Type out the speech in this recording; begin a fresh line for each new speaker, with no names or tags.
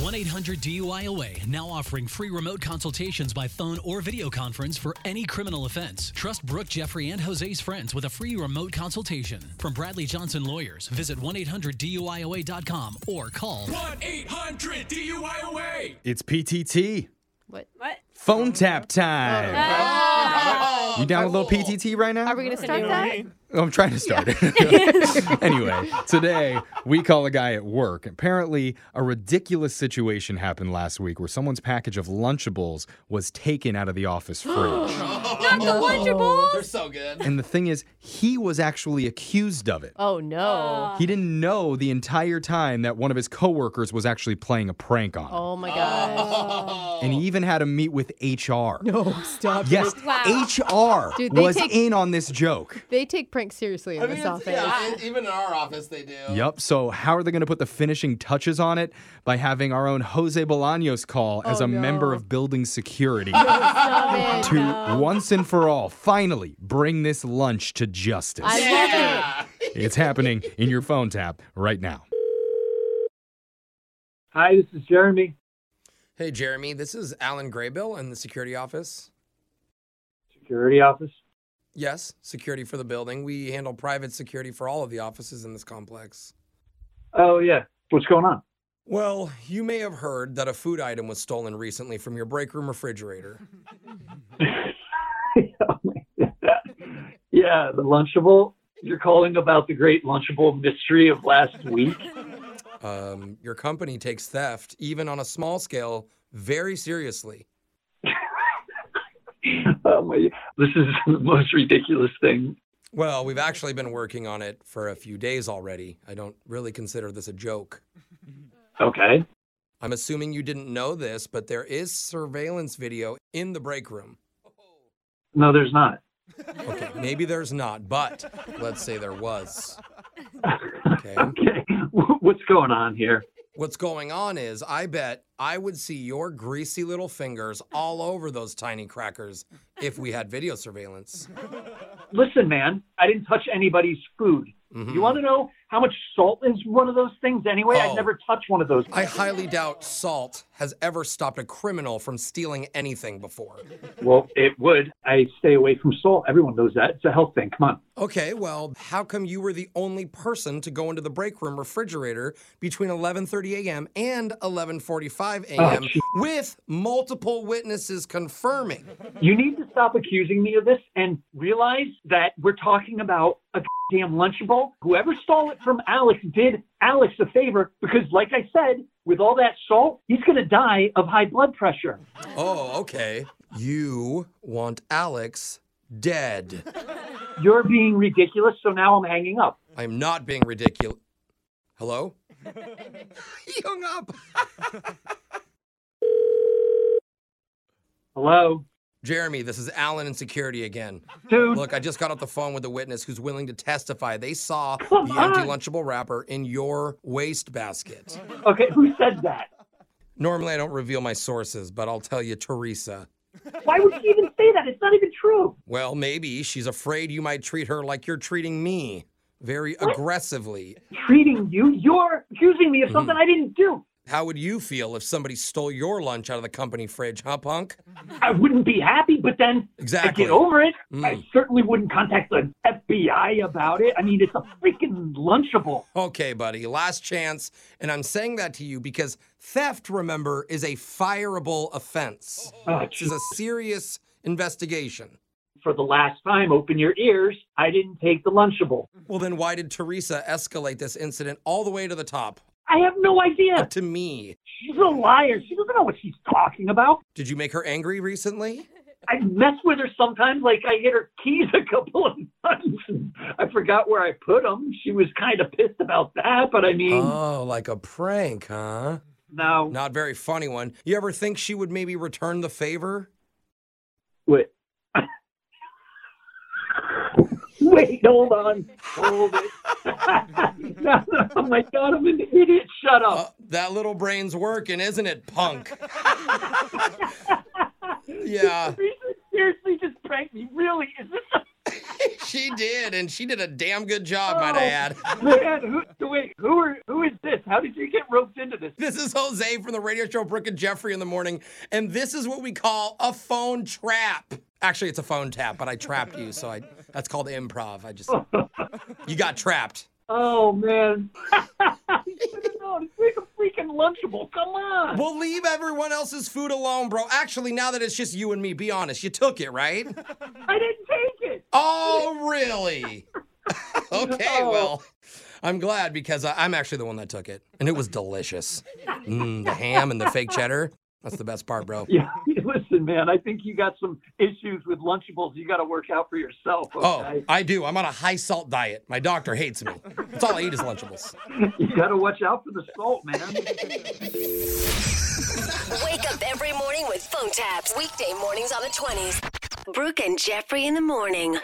1 800 DUIOA now offering free remote consultations by phone or video conference for any criminal offense. Trust Brooke, Jeffrey, and Jose's friends with a free remote consultation. From Bradley Johnson Lawyers, visit 1 800 DUIOA.com or call
1 800 DUIOA.
It's PTT.
What?
What?
Phone tap time. You down with a little PTT right now? Oh,
Are we going to start that?
I'm trying to start it. anyway, today we call a guy at work. Apparently, a ridiculous situation happened last week where someone's package of Lunchables was taken out of the office fridge.
Not the Lunchables.
They're so good.
and the thing is, he was actually accused of it.
Oh, no.
He didn't know the entire time that one of his coworkers was actually playing a prank on him.
Oh, my God.
And
Oh.
he even had a meet with HR. No, stop. Yes,
Wow.
HR
Dude, they
was
take-
in on this joke.
They take pranks seriously in
I mean,
this
it's-
office.
yeah, and even in our office, they do.
Oh.
Yep. So, how are they going to put the finishing touches on it? By having our own Jose Bolaños call
Oh,
as a member of building security
Oh, Stop it.
to once and for all finally bring this lunch to justice.
I love
Yeah.
It's happening in your phone tap right now.
Hi, this is Jeremy.
Hey, Jeremy, this is Alan Graybill in the security office.
Security office.
Yes, security for the building. We handle private security for all of the offices in this complex.
Oh yeah. What's going on?
Well, you may have heard that a food item was stolen recently from your break room refrigerator.
yeah, the Lunchable. You're calling about the great Lunchable mystery of last week.
Um, your company takes theft, even on a small scale, very seriously.
Oh my, this is the most ridiculous thing.
Well, we've actually been working on it for a few days already. I don't really consider this a joke.
Okay.
I'm assuming you didn't know this, but there is surveillance video in the break room.
No, there's not.
Okay, maybe there's not, but let's say there was. Okay.
Okay. What's going on here?
What's going on is I bet I would see your greasy little fingers all over those tiny crackers if we had video surveillance.
Listen, man, I didn't touch anybody's food. You want to know how much salt is one of those things anyway?
Mm-hmm. Oh.
I'd never touch one of those.
I highly doubt salt has ever stopped a criminal from stealing anything before.
Well, it would. I stay away from salt. Everyone knows that. It's a health thing. Come on.
Okay, well, how come you were the only person to go into the break room refrigerator between 11:30 a.m. and 11:45 a.m.
Oh, gee.
with multiple witnesses confirming?
You need to stop accusing me of this and realize that we're talking about a damn Lunchable. Whoever stole it from Alex did Alex a favor because, like I said, with all that salt, he's going to die of high blood pressure.
Oh, okay. You want Alex dead.
You're being ridiculous, so now I'm hanging up.
I'm not being ridiculous. Hello? he hung up.
Hello?
Jeremy, this is Alan in security again.
Dude,
Look, I just got off the phone with a witness who's willing to testify. They saw the
Come
empty
on.
Lunchable wrapper in your wastebasket.
okay, who said that?
Normally, I don't reveal my sources, but I'll tell you, Teresa.
Why would she even say that? It's not even true.
Well, maybe she's afraid you might treat her like you're treating me very aggressively.
Treating you? You're accusing me of something I didn't do.
How would you feel if somebody stole your lunch out of the company fridge, huh, punk?
I wouldn't be happy, but then
Exactly.
I get over it.
Mm.
I certainly wouldn't contact the FBI about it. I mean, it's a freaking lunchable.
Okay, buddy, last chance. And I'm saying that to you because theft, remember, is a fireable offense.
Oh,
This is
Jesus.
a serious investigation.
For the last time, open your ears. I didn't take the lunchable.
Well, then why did Teresa escalate this incident all the way to the top?
I have no idea.
Up to me.
She's a liar. She doesn't know what she's talking about.
Did you make her angry recently?
I mess with her sometimes, like I hit her keys a couple of times. And I forgot where I put them. She was kind of pissed about that, but I mean,
Oh, like a prank, huh?
no.
Not very funny one. You ever think she would maybe return the favor?
Wait. Wait, hold on. Hold it. No, no, oh my god, I'm an idiot. Shut
Uh,
up.
that little brain's working, isn't it, punk? yeah. Uh,
Teresa seriously just pranked me. Really? Is this a
She did, and she did a damn good job, might
Oh.
I add.
Man, who, wait, who are who is this? How did you get roped into this?
This is Jose from the radio show Brooke and Jeffrey in the morning, and this is what we call a phone trap. Actually, it's a phone tap, but I trapped you, so I that's called improv. I just you got trapped.
Oh man, you should have known. It's like a freaking lunchable. Come on.
We'll leave everyone else's food alone, bro. Actually, now that it's just you and me, be honest, you took it, right?
I didn't take it.
Oh, really? okay,
No.
well, I'm glad because I, I'm actually the one that took it, and it was delicious. Mm, the ham and the fake cheddar. That's the best part, bro.
Yeah, listen, man. I think you got some issues with Lunchables. You got to work out for yourself.
Oh,
Okay?
I do. I'm on a high salt diet. My doctor hates me. That's all I eat is Lunchables.
You got to watch out for the salt, man.
Wake up every morning with phone taps. Weekday mornings on the 20s. Brooke and Jeffrey in the morning.